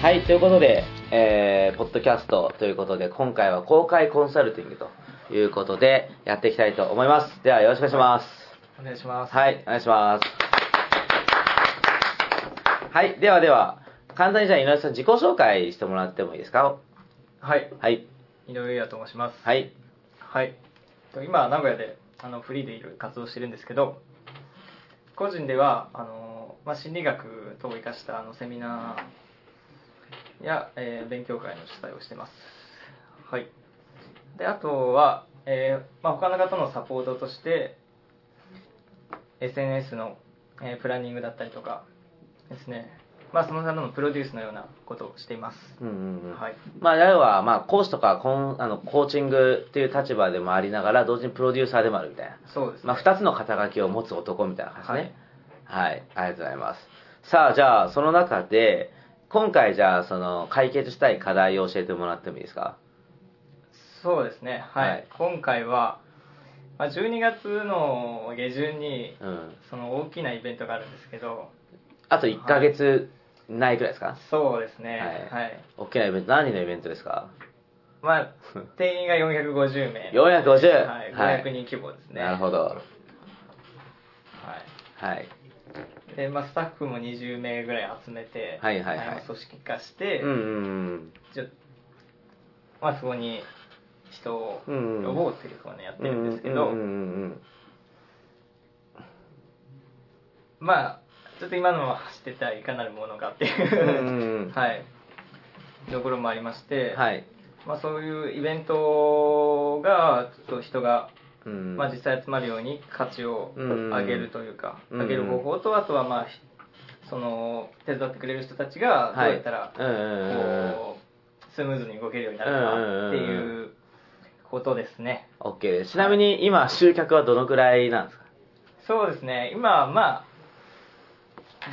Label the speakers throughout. Speaker 1: はい、ということで、えー、ポッドキャストということで、今回は公開コンサルティングということで、やっていきたいと思います。では、よろしくお願いします。
Speaker 2: お願いします。
Speaker 1: はい、お願いします。はい、ではでは、簡単にじゃあ、井上さん自己紹介してもらってもいいですか
Speaker 2: はい。
Speaker 1: はい、
Speaker 2: 井上也と申します。い。
Speaker 1: はい、
Speaker 2: はい。と今、名古屋であのフリーでいる活動をしてるんですけど、個人では、あのまあ、心理学等を生かしたあのセミナーや、えー勉強会の主催をしてます。はい。で、あとは、えーまあ、他の方のサポートとして、SNS の、えープランニングだったりとかですね、まあ、その方のプロデュースのようなことをしています。
Speaker 1: うんうんうん。
Speaker 2: はい。
Speaker 1: まあ、要は、まあ、講師とかコンあのコーチングっていう立場でもありながら、同時にプロデューサーでもあるみたいな。
Speaker 2: そうですね。
Speaker 1: まあ、2つの肩書きを持つ男みたいな感じね。はい、ありがとうございます。さあ、じゃあ、その中で、今回、じゃあ、その、解決したい課題を教えてもらってもいいですか
Speaker 2: そうですね、はい、
Speaker 1: はい
Speaker 2: 今回は、まあ、12月の下旬に、
Speaker 1: うん。
Speaker 2: その大きなイベントがあるんですけど、
Speaker 1: あと1ヶ月ないくらいですか、
Speaker 2: そうですね、
Speaker 1: は
Speaker 2: はいい、
Speaker 1: 大きなイベント、何のイベントですか
Speaker 2: まあ、定員が450名、
Speaker 1: 450
Speaker 2: はい、
Speaker 1: はい
Speaker 2: 500人規模ですね、
Speaker 1: なるほど。
Speaker 2: は
Speaker 1: はい。
Speaker 2: いでまあ、スタッフも20名ぐらい集めて、
Speaker 1: はいはいはい
Speaker 2: あの組織化して、
Speaker 1: うんうん
Speaker 2: じゃまあ、そこに人を
Speaker 1: う
Speaker 2: 呼
Speaker 1: んうん
Speaker 2: ぼうっていうふうにやっ
Speaker 1: うん。
Speaker 2: てるんですけど、
Speaker 1: うんうんうん
Speaker 2: まあ、ちょっと今のは走ってたらいかなるものかってい
Speaker 1: うんうん
Speaker 2: う、 はい、ところもありまして、
Speaker 1: うん。はい。
Speaker 2: まあ、そういうイベントが、ちょっと人が、
Speaker 1: うん。
Speaker 2: まあ、実際集まるように価値を
Speaker 1: うん
Speaker 2: 上げるというか、
Speaker 1: うん
Speaker 2: 上げる方法と、あとは、まあ、ひその、手伝ってくれる人たちが、どうやったら、
Speaker 1: うんうんうん。
Speaker 2: こう、スムーズに動けるようになるかっていうことですね。
Speaker 1: OK です。ちなみに今、集客はどのくらいなんですか
Speaker 2: そうですね、今、まあ、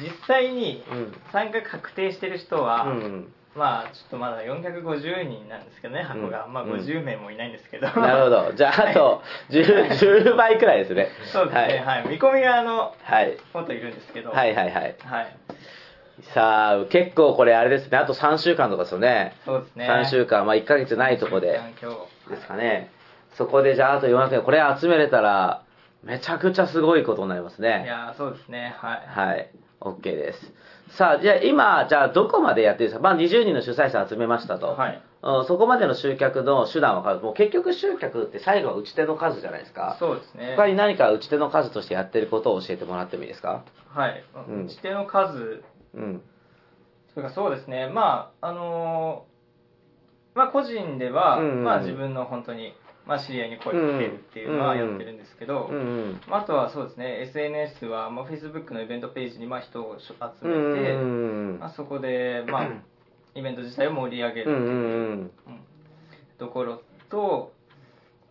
Speaker 2: 実際に
Speaker 1: うん
Speaker 2: 参加確定してる人は、
Speaker 1: うん。
Speaker 2: まあちょっとまだ450人なんですけどね箱が、
Speaker 1: うん
Speaker 2: まあ
Speaker 1: うん
Speaker 2: 50名もいないんですけど、
Speaker 1: なるほど。じゃあ、あと10、10倍くらいですね。
Speaker 2: そうですねはい、見込みがあの
Speaker 1: はい。
Speaker 2: もっといるんですけど、
Speaker 1: はいいはいはい。
Speaker 2: はい、
Speaker 1: さあ、結構これあれですね。あと3週間とかですよね。
Speaker 2: そうですね
Speaker 1: 3週間、まあ1ヶ月ないとこで
Speaker 2: 環境
Speaker 1: ですかね。そこでじゃああと400円、これ集めれたら、めちゃくちゃすごいことになります
Speaker 2: い
Speaker 1: ね。
Speaker 2: やーそうですねはい、
Speaker 1: はい。OK です。さあ、じゃあ今、じゃあどこまでやってるんですかまあ20人の主催者集めましたと。
Speaker 2: はい
Speaker 1: うんそこまでの集客の手段は変わるもう結局集客って最後は打ち手の数じゃないですか。
Speaker 2: そうですね
Speaker 1: 他に何か打ち手の数としてやってることを教えてもらってもいいですか
Speaker 2: はい、
Speaker 1: うん
Speaker 2: 打ち手の数
Speaker 1: うん。
Speaker 2: というかそうですねまああのーまあ個人では、
Speaker 1: うんうん
Speaker 2: まあ自分の本当にまあ知り合いに声をかけるっていうのはやってるんですけど、
Speaker 1: うんうん。
Speaker 2: あとはそうですね SNS は、まあ、Facebook のイベントページにまあ人を集
Speaker 1: う
Speaker 2: めて、
Speaker 1: んうん
Speaker 2: まあ、そこで、まあ、イベント自体を盛り上げ
Speaker 1: うん。うん
Speaker 2: る
Speaker 1: うん
Speaker 2: ところと、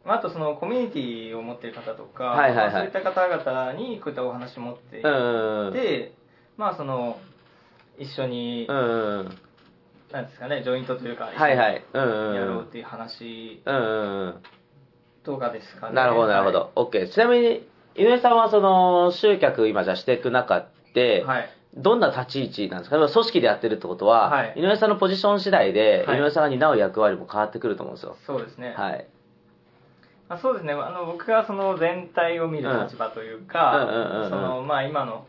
Speaker 2: まあ、あとそのコミュニティを持っている方とか、
Speaker 1: はいはいはい
Speaker 2: まあそういった方々にこういったお話を持っていっ
Speaker 1: うん。うんうん。
Speaker 2: て、まあ、その一緒に、
Speaker 1: うんうん。
Speaker 2: なんですかねジョイントというか、
Speaker 1: はいはい。うん
Speaker 2: 一緒
Speaker 1: うん。
Speaker 2: にやろうっていう話
Speaker 1: うんうん
Speaker 2: とかですか
Speaker 1: う
Speaker 2: ね。
Speaker 1: ん。なるほど、なるほ
Speaker 2: は
Speaker 1: ど。OK。ちなみに、井上さんはその、集客今じゃしていく中
Speaker 2: い。
Speaker 1: で、
Speaker 2: はい
Speaker 1: どんな立ち位置なんですか組織でやってるってことは、
Speaker 2: はい
Speaker 1: 井上さんのポジション次第で、
Speaker 2: はい
Speaker 1: 井上さんが担う役割も変わってくると思うんですよ。
Speaker 2: そうですね、
Speaker 1: はい。
Speaker 2: まあ、そうですねあの僕がその全体を見る立場というか、
Speaker 1: うんうんうんうん
Speaker 2: そのまあ、今の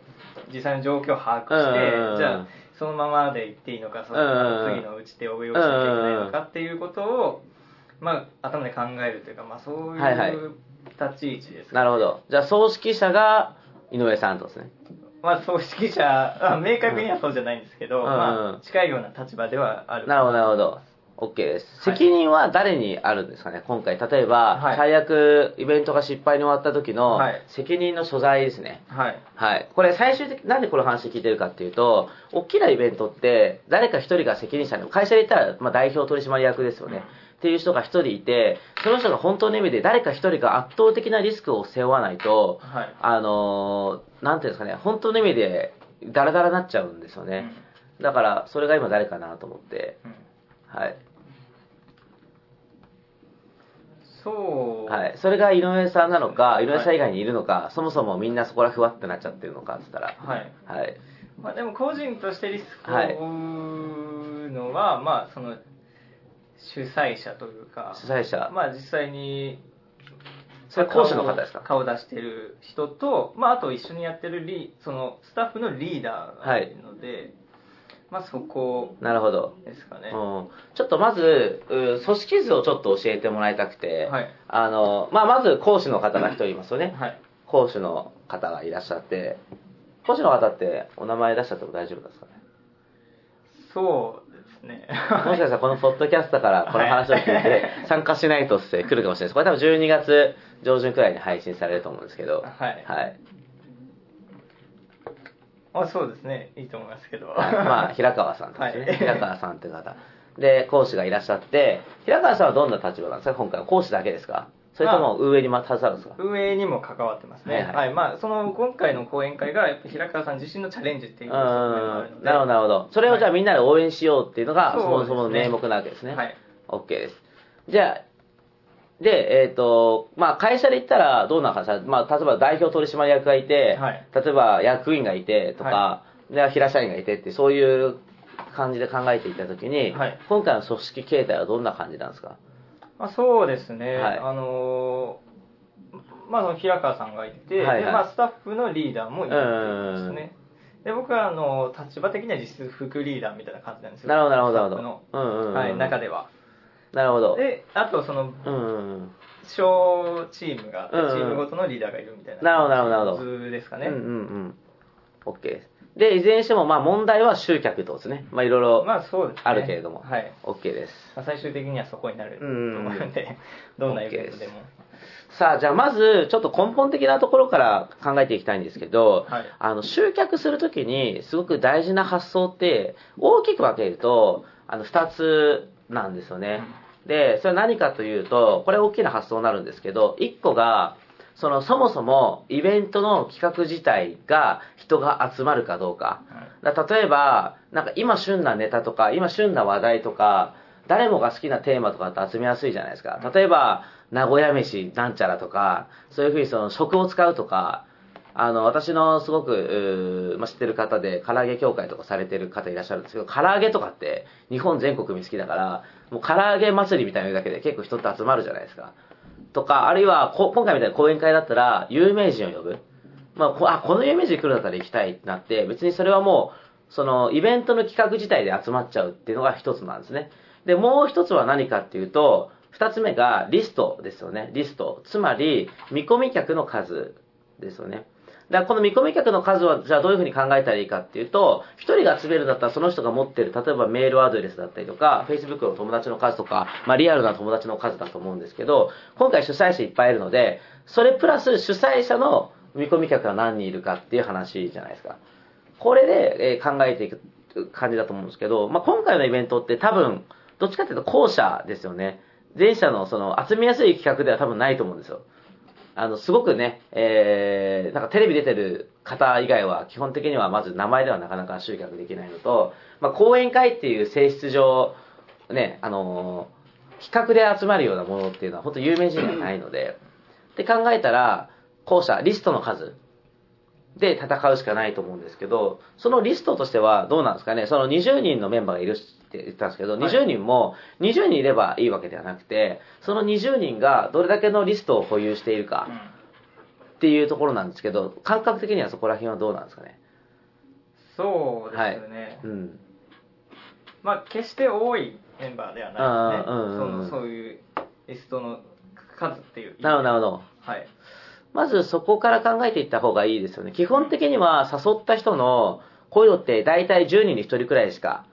Speaker 2: 実際の状況を把握して、
Speaker 1: うんうんうん
Speaker 2: じゃあそのままでいっていいのかそ
Speaker 1: うんうんうん
Speaker 2: の次の打ち手を用意しなきゃいけないのかっていうことを、まあ、頭で考えるというか、まあ、そうい
Speaker 1: はいはいう
Speaker 2: 立ち位置ですか、
Speaker 1: なるほど。じゃあ、葬式者が井上さんってことですね。
Speaker 2: まあ、葬式者、まあ、明確にはそうじゃないんですけど、
Speaker 1: うん
Speaker 2: まあ、近いような立場ではある
Speaker 1: なるほど、なるほど。OK です。
Speaker 2: はい
Speaker 1: 責任は誰にあるんですかね、今回。例えば、
Speaker 2: はい
Speaker 1: 最悪、イベントが失敗に終わった時の
Speaker 2: はい、
Speaker 1: 責任の所在ですね。
Speaker 2: はい
Speaker 1: はい。これ、最終的、なんでこの話聞いてるかっていうと、大きなイベントって、誰か一人が責任者で、会社で言ったら、まあ、代表取締役ですよね。
Speaker 2: うん
Speaker 1: っていう人が一人いて、その人が本当の意味で誰か一人が圧倒的なリスクを背負わないと、
Speaker 2: はい
Speaker 1: あのーなんていうんですかね、本当の意味で、ダラダラになっちゃうんですよね。だから、それが今誰かなと思って、
Speaker 2: うんうん
Speaker 1: はい。
Speaker 2: そう、
Speaker 1: はい。それが井上さんなのか、
Speaker 2: はい
Speaker 1: 井上さん以外にいるのか、そもそもみんなそこらふわってなっちゃってるのかって言ったら、
Speaker 2: はい
Speaker 1: はい。
Speaker 2: まあ、でも個人としてリスクを負ういうのは、まあ、その主催者というか、
Speaker 1: 主催者、
Speaker 2: まあ、実際に
Speaker 1: それ講師の方ですか
Speaker 2: 顔を出してる人と、まあ、あと一緒にやってるリそのスタッフのリーダーがいるので、まあ、そこ
Speaker 1: なるほど、
Speaker 2: ですかね。
Speaker 1: うん、ちょっとまずう組織図をちょっと教えてもらいたくて、
Speaker 2: はい
Speaker 1: あのまあ、まず講師の方が一人いますよね
Speaker 2: はい、
Speaker 1: 講師の方がいらっしゃって講師の方ってお名前出しちゃっても大丈夫ですかね
Speaker 2: そうですね。
Speaker 1: もしかしたらこのポッドキャストからこの話を聞いて参加しないとって来るかもしれないです。これ多分12月上旬くらいに配信されると思うんですけど。
Speaker 2: はい
Speaker 1: はい。
Speaker 2: あそうですね、いいと思いますけど。
Speaker 1: はいまあ、平川さんですね。
Speaker 2: はい
Speaker 1: 平川さんという方。で、講師がいらっしゃって、平川さんはどんな立場なんですか今回は講師だけですかそれとも上にまた携わるんですか
Speaker 2: 運営にも関わってますね。
Speaker 1: は
Speaker 2: はいい、
Speaker 1: は
Speaker 2: はいい、まあ、その今回の講演会が、やっぱ平川さん自身のチャレンジっていうう
Speaker 1: ー
Speaker 2: 側面もあるの
Speaker 1: ん。
Speaker 2: で
Speaker 1: なるほど、なるほど。それをじゃあ
Speaker 2: はい
Speaker 1: みんなで応援しようっていうのが、そ
Speaker 2: そう
Speaker 1: も
Speaker 2: です
Speaker 1: そ
Speaker 2: ね
Speaker 1: もの名目なわけですね。
Speaker 2: はい。
Speaker 1: OK です。じゃあ、で、えっ、と、まあ、会社で言ったら、どうなんかさ、まあ、例えば代表取締役がいて、
Speaker 2: はい
Speaker 1: 例えば役員がいてとか、で平社員がいてって、そういう感じで考えていったときに、
Speaker 2: はい
Speaker 1: 今回の組織形態はどんな感じなんですか
Speaker 2: まあ、そうですね。
Speaker 1: はい
Speaker 2: あのーまあ、その平川さんがいて、
Speaker 1: はいはい
Speaker 2: でまあ、スタッフのリーダーもいるっていうことです
Speaker 1: うん
Speaker 2: ね。で、僕は、あの、立場的には実質副リーダーみたいな感じなんですよ。
Speaker 1: なるほど、なるほど、な
Speaker 2: スタッ
Speaker 1: る
Speaker 2: フ
Speaker 1: ほ
Speaker 2: の
Speaker 1: ど。うんうんうん
Speaker 2: はい、中では。
Speaker 1: なるほど。
Speaker 2: で、あと、その、
Speaker 1: うんうんうん。
Speaker 2: 小チームがあって、
Speaker 1: うんうん
Speaker 2: チームごとのリーダーがいるみたいな。
Speaker 1: なるほどなるほどなるほど
Speaker 2: 図ですかね。
Speaker 1: うんうんうん。OK です。で、いずれにしても、まあ、問題は集客ってことですね。まあ、いろいろ
Speaker 2: まあ、そうですね。
Speaker 1: あるけれども。
Speaker 2: はい。
Speaker 1: OK です。
Speaker 2: まあ、最終的にはそこになると思う ので、どんなイベントでも。
Speaker 1: さあ、じゃあまず、ちょっと根本的なところから考えていきたいんですけど、
Speaker 2: はい
Speaker 1: あの、集客するときに、すごく大事な発想って、大きく分けると、あの、二つなんですよね。で、それは何かというと、これ大きな発想になるんですけど、一個が、その、そもそも、イベントの企画自体が、人が集まるかどうか。だから例えば、なんか今旬なネタとか、今旬な話題とか、誰もが好きなテーマとかって集めやすいじゃないですか。例えば、名古屋飯なんちゃらとか、そういうふうにその食を使うとか、あの、私のすごく、うーまあ、知ってる方で、唐揚げ協会とかされてる方いらっしゃるんですけど、唐揚げとかって日本全国に好きだから、もう唐揚げ祭りみたいなのだけで結構人って集まるじゃないですか。とか、あるいはこ今回みたいな講演会だったら、有名人を呼ぶ。まあ、こあこの有名人来るんだったら行きたいってなって、別にそれはもう、その、イベントの企画自体で集まっちゃうっていうのが一つなんですね。で、もう一つは何かっていうと、二つ目がリストですよね。リスト。つまり、見込み客の数ですよね。だからこの見込み客の数は、じゃあどういうふうに考えたらいいかっていうと、一人が集めるんだったらその人が持ってる、例えばメールアドレスだったりとか、Facebook の友達の数とか、まあリアルな友達の数だと思うんですけど、今回主催者いっぱいいるので、それプラス主催者の見込み客が何人いるかっていう話じゃないですか。これで、えー考えていく感じだと思うんですけど、まあ、今回のイベントって多分、どっちかっていうと後者ですよね。前者のその集めやすい企画では多分ないと思うんですよ。あの、すごくね、えー、なんかテレビ出てる方以外は基本的にはまず名前ではなかなか集客できないのと、まあ、講演会っていう性質上、ね、あのー企画で集まるようなものっていうのは本当有名人ではないので、で考えたら、後者、リストの数で戦うしかないと思うんですけど、そのリストとしてはどうなんですかね、その20人のメンバーがいるって言ったんですけど、
Speaker 2: はい
Speaker 1: 20人も20人いればいいわけではなくて、その20人がどれだけのリストを保有しているか
Speaker 2: うん
Speaker 1: っていうところなんですけど、感覚的にはそこら辺はどうなんですかね。
Speaker 2: そうですよね。
Speaker 1: うん。
Speaker 2: まあ、決して多いメンバーではないですね。
Speaker 1: あーうんうんうん
Speaker 2: そのそういうリストの数っていう。
Speaker 1: なるほど、なるほど。
Speaker 2: はい。
Speaker 1: まずそこから考えていった方がいいですよね。基本的には誘った人の、こういうのって大体10人に1人くらいしか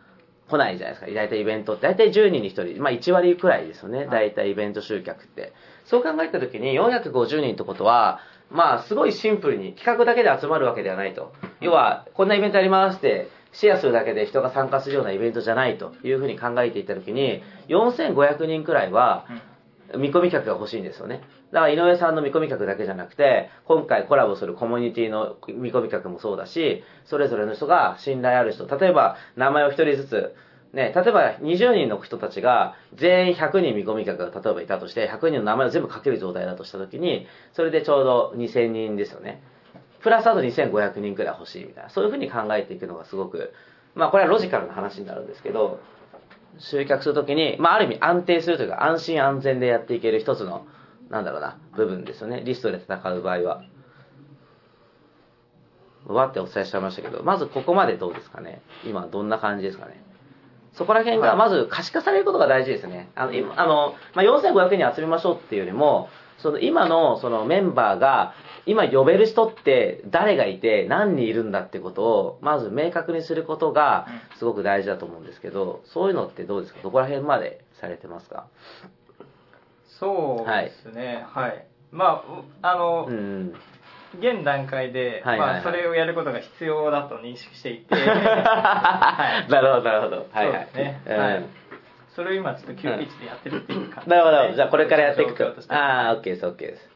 Speaker 1: 来ないじゃないですか。大体イベントって。大体10人に1人。まあ1割くらいですよね。
Speaker 2: い
Speaker 1: 大体イベント集客って。そう考えた時に450人ってことは、まあすごいシンプルに企画だけで集まるわけではないと。要は、こんなイベントありますって、シェアするだけで人が参加するようなイベントじゃないというふうに考えていった時に、4500人くらいは、
Speaker 2: うん
Speaker 1: 見込み客が欲しいんですよね。だから井上さんの見込み客だけじゃなくて、今回コラボするコミュニティの見込み客もそうだし、それぞれの人が信頼ある人、例えば名前を一人ずつ、ね、例えば20人の人たちが全員100人見込み客が例えばいたとして、100人の名前を全部書ける状態だとしたときに、それでちょうど2000人ですよね。プラスあと2500人くらい欲しいみたいな、そういうふうに考えていくのがすごく、まあこれはロジカルな話になるんですけど、集客するときに、まあ、ある意味安定するというか、安心安全でやっていける一つの、なんだろうな、部分ですよね。リストで戦う場合は。わってお伝えしちゃいましたけど、まずここまでどうですかね今どんな感じですかねそこら辺がまず可視化されることが大事ですね。あの、今あのまあ、4500人集めましょうっていうよりも、その今のそのメンバーが、今呼べる人って誰がいて何人いるんだってことを、まず明確にすることがすごく大事だと思うんですけど、そういうのってどうですかどこら辺までされてますか
Speaker 2: そうですね、はい。まあ、あの、
Speaker 1: うん。
Speaker 2: 現段階で、
Speaker 1: はいはいはい
Speaker 2: まあ、それをやることが必要だと認識して いて、
Speaker 1: な
Speaker 2: は
Speaker 1: る ほど、なるほど。はいはい。
Speaker 2: そうですね
Speaker 1: うん
Speaker 2: はいい、それを今ちょっと急ピッチでやってるっていう感じ、
Speaker 1: なるほど。じゃあこれからやっていく
Speaker 2: 状況
Speaker 1: と。
Speaker 2: して
Speaker 1: ああ、OK です、OK です。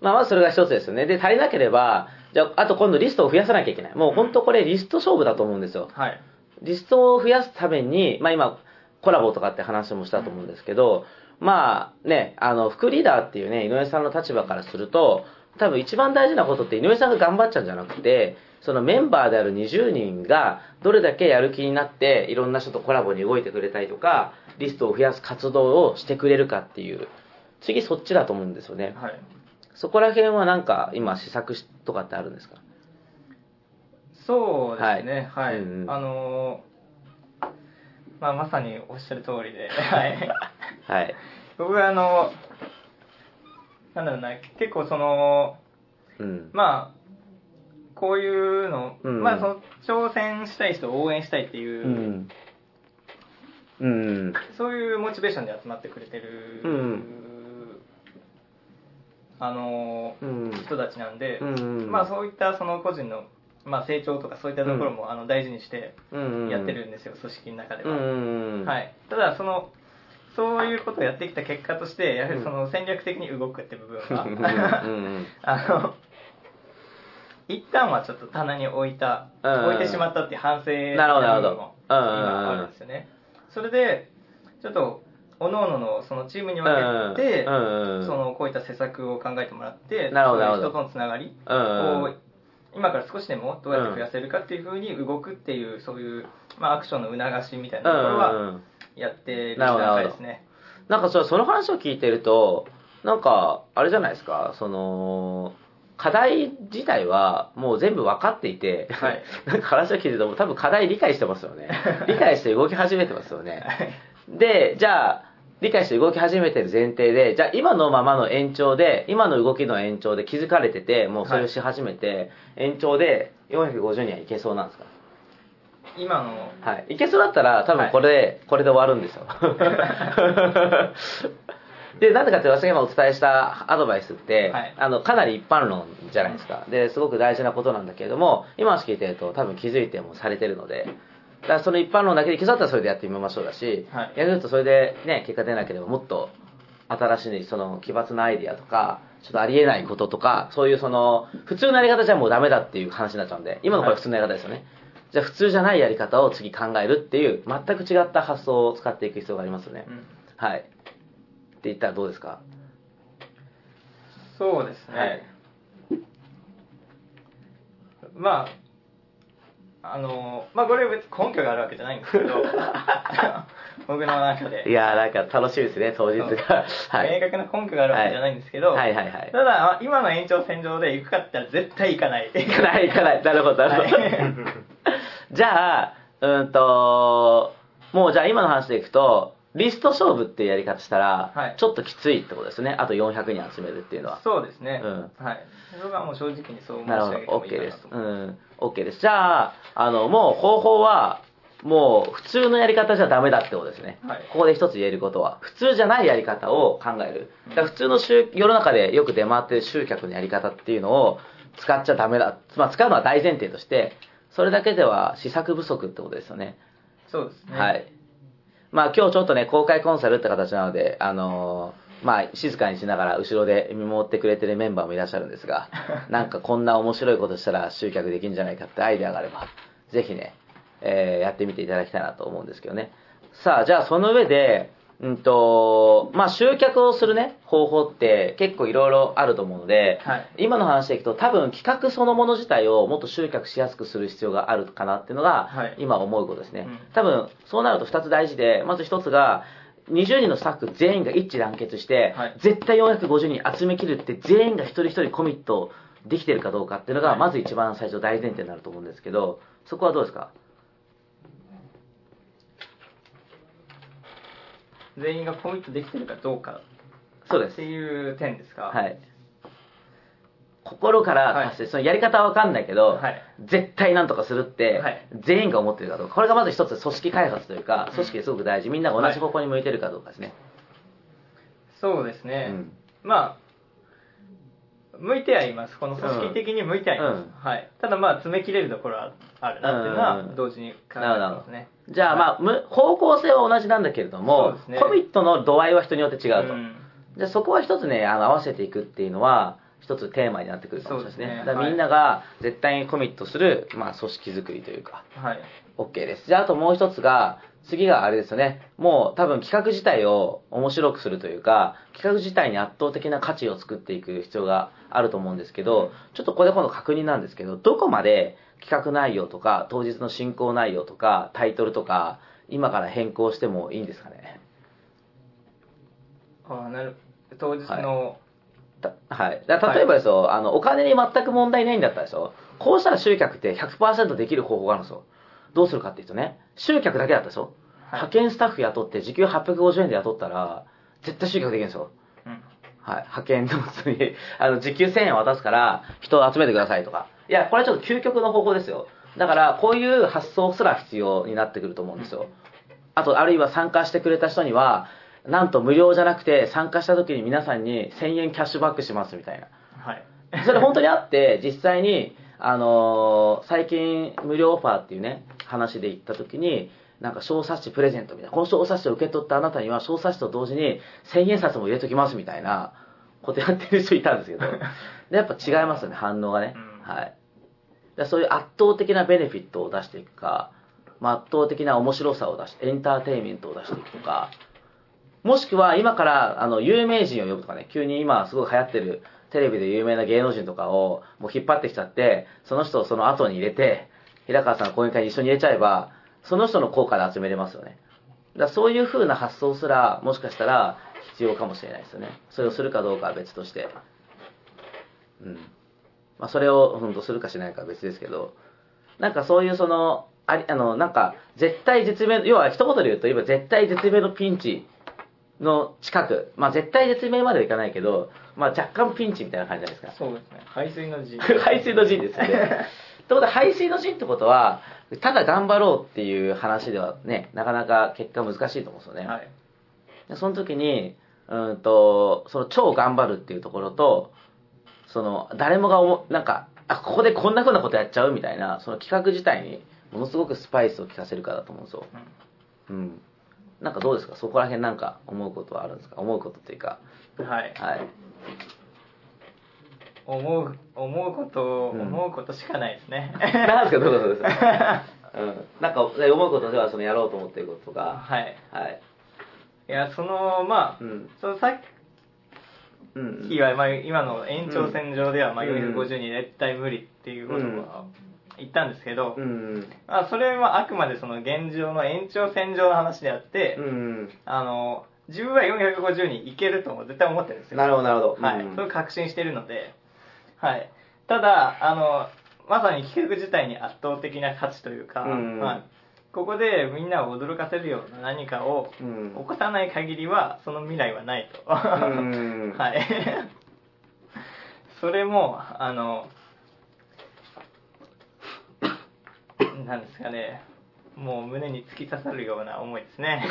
Speaker 1: まあまずそれが一つですよね。で、足りなければ、じゃああと今度リストを増やさなきゃいけない。もう本当これリスト勝負だと思うんですよ。
Speaker 2: はい。
Speaker 1: リストを増やすために、まあ今、コラボとかって話もしたと思うんですけど、まあね、あの、副リーダーっていうね、井上さんの立場からすると、多分一番大事なことって井上さんが頑張っちゃうんじゃなくて、そのメンバーである20人がどれだけやる気になって、いろんな人とコラボに動いてくれたりとか、リストを増やす活動をしてくれるかっていう、次そっちだと思うんですよね。
Speaker 2: はい。
Speaker 1: そこら辺はなんか今試作しとかってあるんですか
Speaker 2: そうですね、
Speaker 1: は
Speaker 2: はいい。
Speaker 1: うんうん
Speaker 2: あのーまあ、まさにおっしゃる通り で、はい。
Speaker 1: はい。
Speaker 2: 僕はあの、なんだろうな、結構その、
Speaker 1: うん。
Speaker 2: まあ、こういうの、
Speaker 1: うん
Speaker 2: まあその、挑戦したい人を応援したいっていうう、
Speaker 1: ん。うん。
Speaker 2: そういうモチベーションで集まってくれてる、
Speaker 1: うん
Speaker 2: あの
Speaker 1: うん。
Speaker 2: 人たちなんで、
Speaker 1: うん
Speaker 2: まあ、そういったその個人の、まあ、成長とかそういったところも、あの大事にしてやってるんですよ、組織の中で
Speaker 1: う
Speaker 2: は。
Speaker 1: ん。。
Speaker 2: はいい、ただそのそういうことをやってきた結果としてやはりその戦略的に動くって部分
Speaker 1: うん
Speaker 2: は、
Speaker 1: うんうん。
Speaker 2: あの一旦はちょっと棚に置いた、
Speaker 1: うん
Speaker 2: 置いてしまったっていう反省
Speaker 1: なるほどなるほど
Speaker 2: も
Speaker 1: うん
Speaker 2: 今あるんですよね、それでちょっと各々のそのチームに分けて、
Speaker 1: うんうん
Speaker 2: そのこういった施策を考えてもらって
Speaker 1: なるほどなるほど
Speaker 2: その人とのつながり
Speaker 1: うん
Speaker 2: を今から少しでもどうやって増やせるかっていうふうに動くっていうそういう、まあ、アクションの促しみたいなところは、
Speaker 1: うん。
Speaker 2: やってる段階ですね。
Speaker 1: なんかそうその話を聞いてると、なんか、あれじゃないですか、その、課題自体はもう全部分かっていて、
Speaker 2: はい
Speaker 1: なんか話を聞いてると、多分課題理解してますよ ね。理解して動き始めてますよね。
Speaker 2: はい
Speaker 1: で、じゃあ、理解して動き始めてる前提で、じゃあ今のままの延長で、今の動きの延長で気づかれてて、もうそれをし始めて、延長で450人はいけそうなんですか
Speaker 2: 今の、
Speaker 1: はい。いけそうだったら、多分これで、これで終わるんです よ。で、なんでかって私が今お伝えしたアドバイスって、
Speaker 2: はい
Speaker 1: あの、かなり一般論じゃないですか。で、すごく大事なことなんだけれども、今の話聞いてると多分気づいてもされてるので、だからその一般論だけで気づいたらそれでやってみましょうだし、
Speaker 2: はい
Speaker 1: 逆に言うとそれでね、結果出なければもっと新しいその奇抜なアイディアとか、ちょっとありえないこととか、そういうその、普通のやり方じゃもうダメだっていう話になっちゃうんで、今のこれ普通のやり方ですよね。じゃあ普通じゃないやり方を次考えるっていう、全く違った発想を使っていく必要がありますよね。
Speaker 2: うん
Speaker 1: はい。って言ったらどうですか
Speaker 2: そうですね。
Speaker 1: はい
Speaker 2: まあ、あの、まあこれは別に根拠があるわけじゃないんですけど、 僕の中で。
Speaker 1: いやーなんか楽しいですね、当日が。 はい。
Speaker 2: 明確な根拠があるわけじゃないんですけど、
Speaker 1: はいはいはい。
Speaker 2: ただ、まあ今の延長線上で行くかって言ったら絶対行かない。
Speaker 1: 行かない行かない。なるほど、 なるほど。
Speaker 2: はい
Speaker 1: じゃあ、うーんと、もうじゃあ今の話でいくと、リスト勝負っていうやり方したら、
Speaker 2: はい
Speaker 1: ちょっときついってことですね。あと400人集めるっていうのは。
Speaker 2: そうですね。
Speaker 1: うん
Speaker 2: はい。僕はもう正直にそう申し
Speaker 1: なるほ
Speaker 2: 上
Speaker 1: ど
Speaker 2: げてもい、い
Speaker 1: OK
Speaker 2: かな
Speaker 1: です
Speaker 2: と。
Speaker 1: う
Speaker 2: 思います。
Speaker 1: ん、OK です。じゃあ、あの、もう方法は、もう普通のやり方じゃダメだってことですね。
Speaker 2: はい
Speaker 1: ここで一つ言えることは、普通じゃないやり方を考える。だから普通の集世の中でよく出回ってる集客のやり方っていうのを使っちゃダメだ。まあ、使うのは大前提として、それだけでは試作不足ってことですよね。
Speaker 2: そうですね。
Speaker 1: はい。まあ今日ちょっとね、公開コンサルって形なので、あのーまあ静かにしながら後ろで見守ってくれてるメンバーもいらっしゃるんですが、なんかこんな面白いことしたら集客できるんじゃないかってアイデアがあれば、ぜひね、えーやってみていただきたいなと思うんですけどね。さあ、じゃあその上で、うんと、まあ、集客をするね、方法って結構いろいろあると思うので、
Speaker 2: はい
Speaker 1: 今の話でいくと多分企画そのもの自体をもっと集客しやすくする必要があるかなっていうのが
Speaker 2: はい
Speaker 1: 今思うことですね、
Speaker 2: うん
Speaker 1: 多分そうなると2つ大事でまず1つが20人のスタッフ全員が一致団結して、
Speaker 2: はい
Speaker 1: 絶対450人集めきるって全員が一人一人コミットできてるかどうかっていうのが
Speaker 2: はい
Speaker 1: まず一番最初大前提になると思うんですけどそこはどうですか
Speaker 2: 全員がコミットできてるかどうか
Speaker 1: そうで
Speaker 2: っ
Speaker 1: す
Speaker 2: ていう点ですか
Speaker 1: はい心から達成、そのやり方は分かんないけど、
Speaker 2: はい
Speaker 1: 絶対なんとかするって、
Speaker 2: はい
Speaker 1: 全員が思ってるかどうかこれがまず一つ組織開発というか組織ですごく大事みんなが同じ方向に向いてるかどうかですね、
Speaker 2: そうですね、
Speaker 1: うん
Speaker 2: まあ向いてはいますこの組織的に向いてはいます、
Speaker 1: うん
Speaker 2: はい、ただまあ詰め切れるところはあるなっていう
Speaker 1: う
Speaker 2: の
Speaker 1: ん
Speaker 2: は同時に考えてますね、
Speaker 1: じゃあまあ、む方向性は同じなんだけれども、
Speaker 2: そうですね
Speaker 1: コミットの度合いは人によって違うと、
Speaker 2: ん
Speaker 1: じゃあそこは一つねあの合わせていくっていうのは一つテーマになってくるかもしれないですね
Speaker 2: そうですね
Speaker 1: だからみんなが絶対にコミットする、まあ、組織づくりというか
Speaker 2: はい、
Speaker 1: OK ですじゃああともう一つが次があれですよねもう多分企画自体を面白くするというか企画自体に圧倒的な価値を作っていく必要があると思うんですけどちょっとここで今度確認なんですけどどこまで企画内容とか当日の進行内容とかタイトルとか今から変更してもいいんですかね
Speaker 2: ああなる当日の、
Speaker 1: たはい、だから例えばですよ、あのお金に全く問題ないんだったらですよこうしたら集客って100%できる方法があるんですよどうするかっていうとね集客だけだったでしょ、
Speaker 2: はい
Speaker 1: 派遣スタッフ雇って時給850円で雇ったら絶対集客できるんですよ
Speaker 2: うん
Speaker 1: はい、派遣の人に あの時給1000円渡すから人を集めてくださいとかいやこれはちょっと究極の方法ですよだからこういう発想すら必要になってくると思うんですよあとあるいは参加してくれた人にはなんと無料じゃなくて参加した時に皆さんに1000円キャッシュバックしますみたいな
Speaker 2: はい
Speaker 1: それ本当にあって、実際に、あのー最近無料オファーっていうね、話で行った時に、なんか小冊子プレゼントみたいな、この小冊子を受け取ったあなたには小冊子と同時に千円札も入れときますみたいなことやってる人いたん ですけど、でやっぱ違いますよね、反応がね。
Speaker 2: うん
Speaker 1: はい。だからそういう圧倒的なベネフィットを出していくか、まあ圧倒的な面白さを出して、エンターテインメントを出していくとか、もしくは今からあの有名人を呼ぶとかね、急に今すごい流行ってるテレビで有名な芸能人とかをもう引っ張ってきちゃって、その人をその後に入れて、平川さんの講演会に一緒に入れちゃえば、その人の効果で集めれますよね。だからそういう風な発想すら、もしかしたら必要かもしれないですよね。それをするかどうかは別として。うん。まあ、それを本当するかしないかは別ですけど、なんかそういうその、ありあの、なんか、絶対絶命の、要は一言で言うと、今絶対絶命のピンチの近く、まあ絶対絶命まではいかないけど、まあ若干ピンチみたいな感じじゃないですか。
Speaker 2: そうですね排水の 字
Speaker 1: 排水の陣ですよね。ってことは排水の陣ってことはただ頑張ろうっていう話ではねなかなか結果難しいと思うんですよね、
Speaker 2: はい
Speaker 1: でその時にうーんとその超頑張るっていうところとその誰もが思なんかあここでこんなふうなことやっちゃうみたいなその企画自体にものすごくスパイスを効かせるかだと思うんですよ、
Speaker 2: うん
Speaker 1: うん、なんかどうですかそこら辺なんか思うことはあるんですか思うことっていうか
Speaker 2: はい、
Speaker 1: はい
Speaker 2: 思う思うこと、
Speaker 1: うん
Speaker 2: 思うことしかないですね
Speaker 1: なんですかどういうことですか、うん、なんかで思うことではそのやろうと思ってることとか
Speaker 2: はい
Speaker 1: はい
Speaker 2: いやそのまあ、
Speaker 1: うん
Speaker 2: そのさっ
Speaker 1: うん
Speaker 2: きは、まあ、今の延長線上では、まあ、
Speaker 1: うん
Speaker 2: 450に絶対無理っていうことは言ったんですけど、
Speaker 1: うん
Speaker 2: まあ、それはあくまでその現状の延長線上の話であって、
Speaker 1: うん
Speaker 2: あの自分は450に行けるとも絶対思ってるんですよ
Speaker 1: なるほどなるほど
Speaker 2: はい、
Speaker 1: うん
Speaker 2: それを確信してるので、はい、ただあのまさに企画自体に圧倒的な価値というか、
Speaker 1: うん
Speaker 2: はい、ここでみんなを驚かせるような何かを
Speaker 1: うん
Speaker 2: 起こさない限りはその未来はないと、
Speaker 1: ん
Speaker 2: はい、それもあのなんですかねもう胸に突き刺さるような思いですね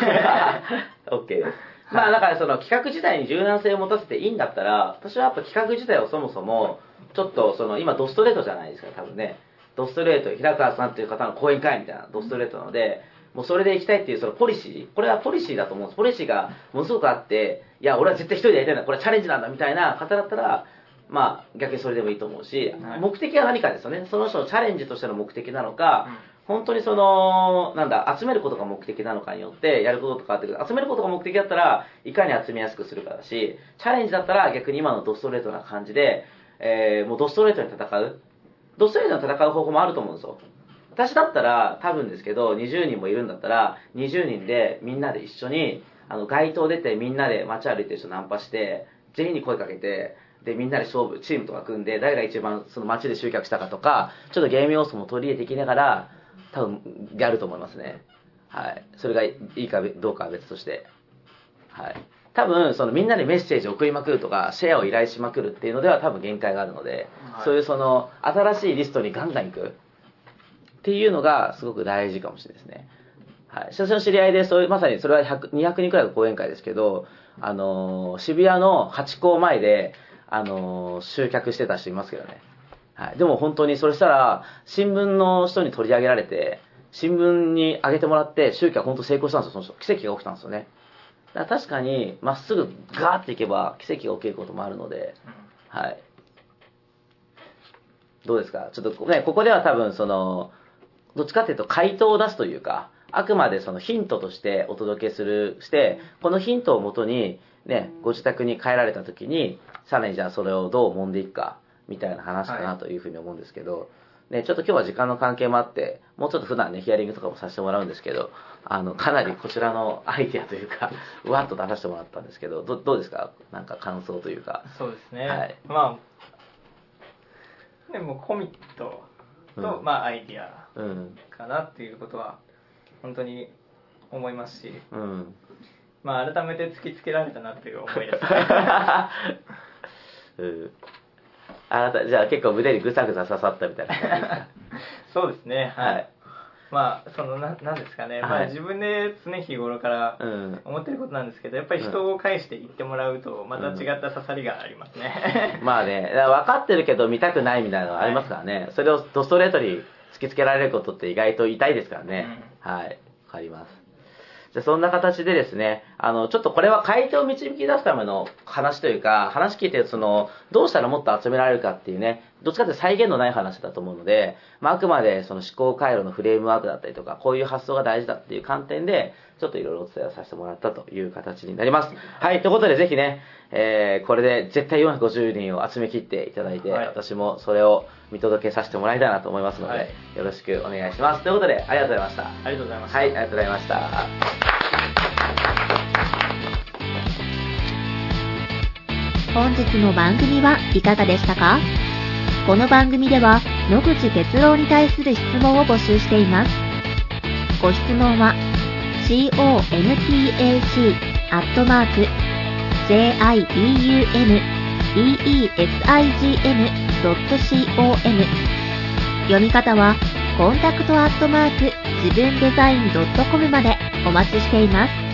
Speaker 1: OK ですまあだからその企画自体に柔軟性を持たせていいんだったら私はやっぱ企画自体をそもそもちょっとその今ドストレートじゃないですか多分ねドストレート平川さんという方の講演会みたいなドストレートなのでもうそれで行きたいっていうそのポリシーこれはポリシーだと思うんですポリシーがものすごくあっていや俺は絶対一人でやりたいんだこれはチャレンジなんだみたいな方だったらまあ逆にそれでもいいと思うし、
Speaker 2: はい
Speaker 1: 目的は何かですよねその人のチャレンジとしての目的なのか、本当にその、なんだ、集めることが目的なのかによって、やることと変わってくる。集めることが目的だったらいかに集めやすくするかだし、チャレンジだったら逆に今のドストレートな感じで、えーもうドストレートに戦う。ドストレートに戦う方法もあると思うんですよ。私だったら、多分ですけど、20人もいるんだったら、20人でみんなで一緒に、あの、街頭出てみんなで街歩いてる人ナンパして、全員に声かけて、で、みんなで勝負、チームとか組んで、誰が一番その街で集客したかとか、ちょっとゲーム要素も取り入れていきながら、多分、やると思いますね。はい。それがいいかどうかは別として。はい。多分、そのみんなでメッセージを送りまくるとか、シェアを依頼しまくるっていうのでは多分限界があるので、
Speaker 2: はい
Speaker 1: そういうその、新しいリストにガンガン行くっていうのがすごく大事かもしれないですね。はい。私の知り合いで、そういう、まさにそれは100 200人くらいの講演会ですけど、あのー渋谷のハチ公前で、あのー集客してた人いますけどね。はい。でも本当に、それしたら、新聞の人に取り上げられて、新聞に上げてもらって、集客本当成功したんですよ、その人。奇跡が起きたんですよね。だから確かに、まっすぐガーっていけば、奇跡が起きることもあるので、はい。どうですかちょっとね、ここでは多分その、どっちかっていうと回答を出すというか、あくまでそのヒントとしてお届けする、して、このヒントをもとに、ね、ご自宅に帰られた時に、さらにじゃあそれをどう揉んでいくか、みたいな話かなというふうに思うんですけど、ね、ちょっと今日は時間の関係もあって、もうちょっと普段ね、ヒアリングとかもさせてもらうんですけど、あの、かなりこちらのアイデアというか、わっと出させてもらったんですけど、どどうですかなんか感想というか。
Speaker 2: そうですね、
Speaker 1: はい
Speaker 2: まあでもコミットと、
Speaker 1: うん
Speaker 2: まあアイディア
Speaker 1: うん。
Speaker 2: かなっていうことは本当に思いますし
Speaker 1: うん。
Speaker 2: まあ改めて突きつけられたなっていう思いです
Speaker 1: うんあなた、じゃあ結構腕にぐさぐさ刺さったみたいな感じですか。
Speaker 2: そうですねはい、
Speaker 1: はい。
Speaker 2: まあそのななんですかね、ま
Speaker 1: は
Speaker 2: あ
Speaker 1: い
Speaker 2: 自分で常日頃から
Speaker 1: うん。
Speaker 2: 思ってることなんですけどやっぱり人を介して言ってもらうとまた違った刺さりが ありますね、
Speaker 1: まあね、だから分かってるけど見たくないみたいなのがありますからね、それをドストレートに突きつけられることって意外と痛いですからね。はい。わかります。じゃあそんな形でですね、あの、ちょっとこれは回答を導き出すための話というか、話聞いて、その、どうしたらもっと集められるかっていうね、どっちかっていうと再現のない話だと思うので、まあ、あくまでその思考回路のフレームワークだったりとか、こういう発想が大事だっていう観点で、ちょっといろいろお伝えをさせてもらったという形になります。はい、ということでぜひね、えーこれで絶対450人を集め切っていただいて、
Speaker 2: はい
Speaker 1: 私もそれを見届けさせてもらいたいなと思いますので、
Speaker 2: はい
Speaker 1: よろしくお願いします。ということで、ありがとうございました。
Speaker 2: ありがとうございました、
Speaker 1: はい、ありがとうございました。
Speaker 3: 本日の番組はいかがでしたかこの番組では野口哲郎に対する質問を募集しています。ご質問は contac.jibuneesign.com 読み方はコンタクトアットマーク自分デザイン .com までお待ちしています。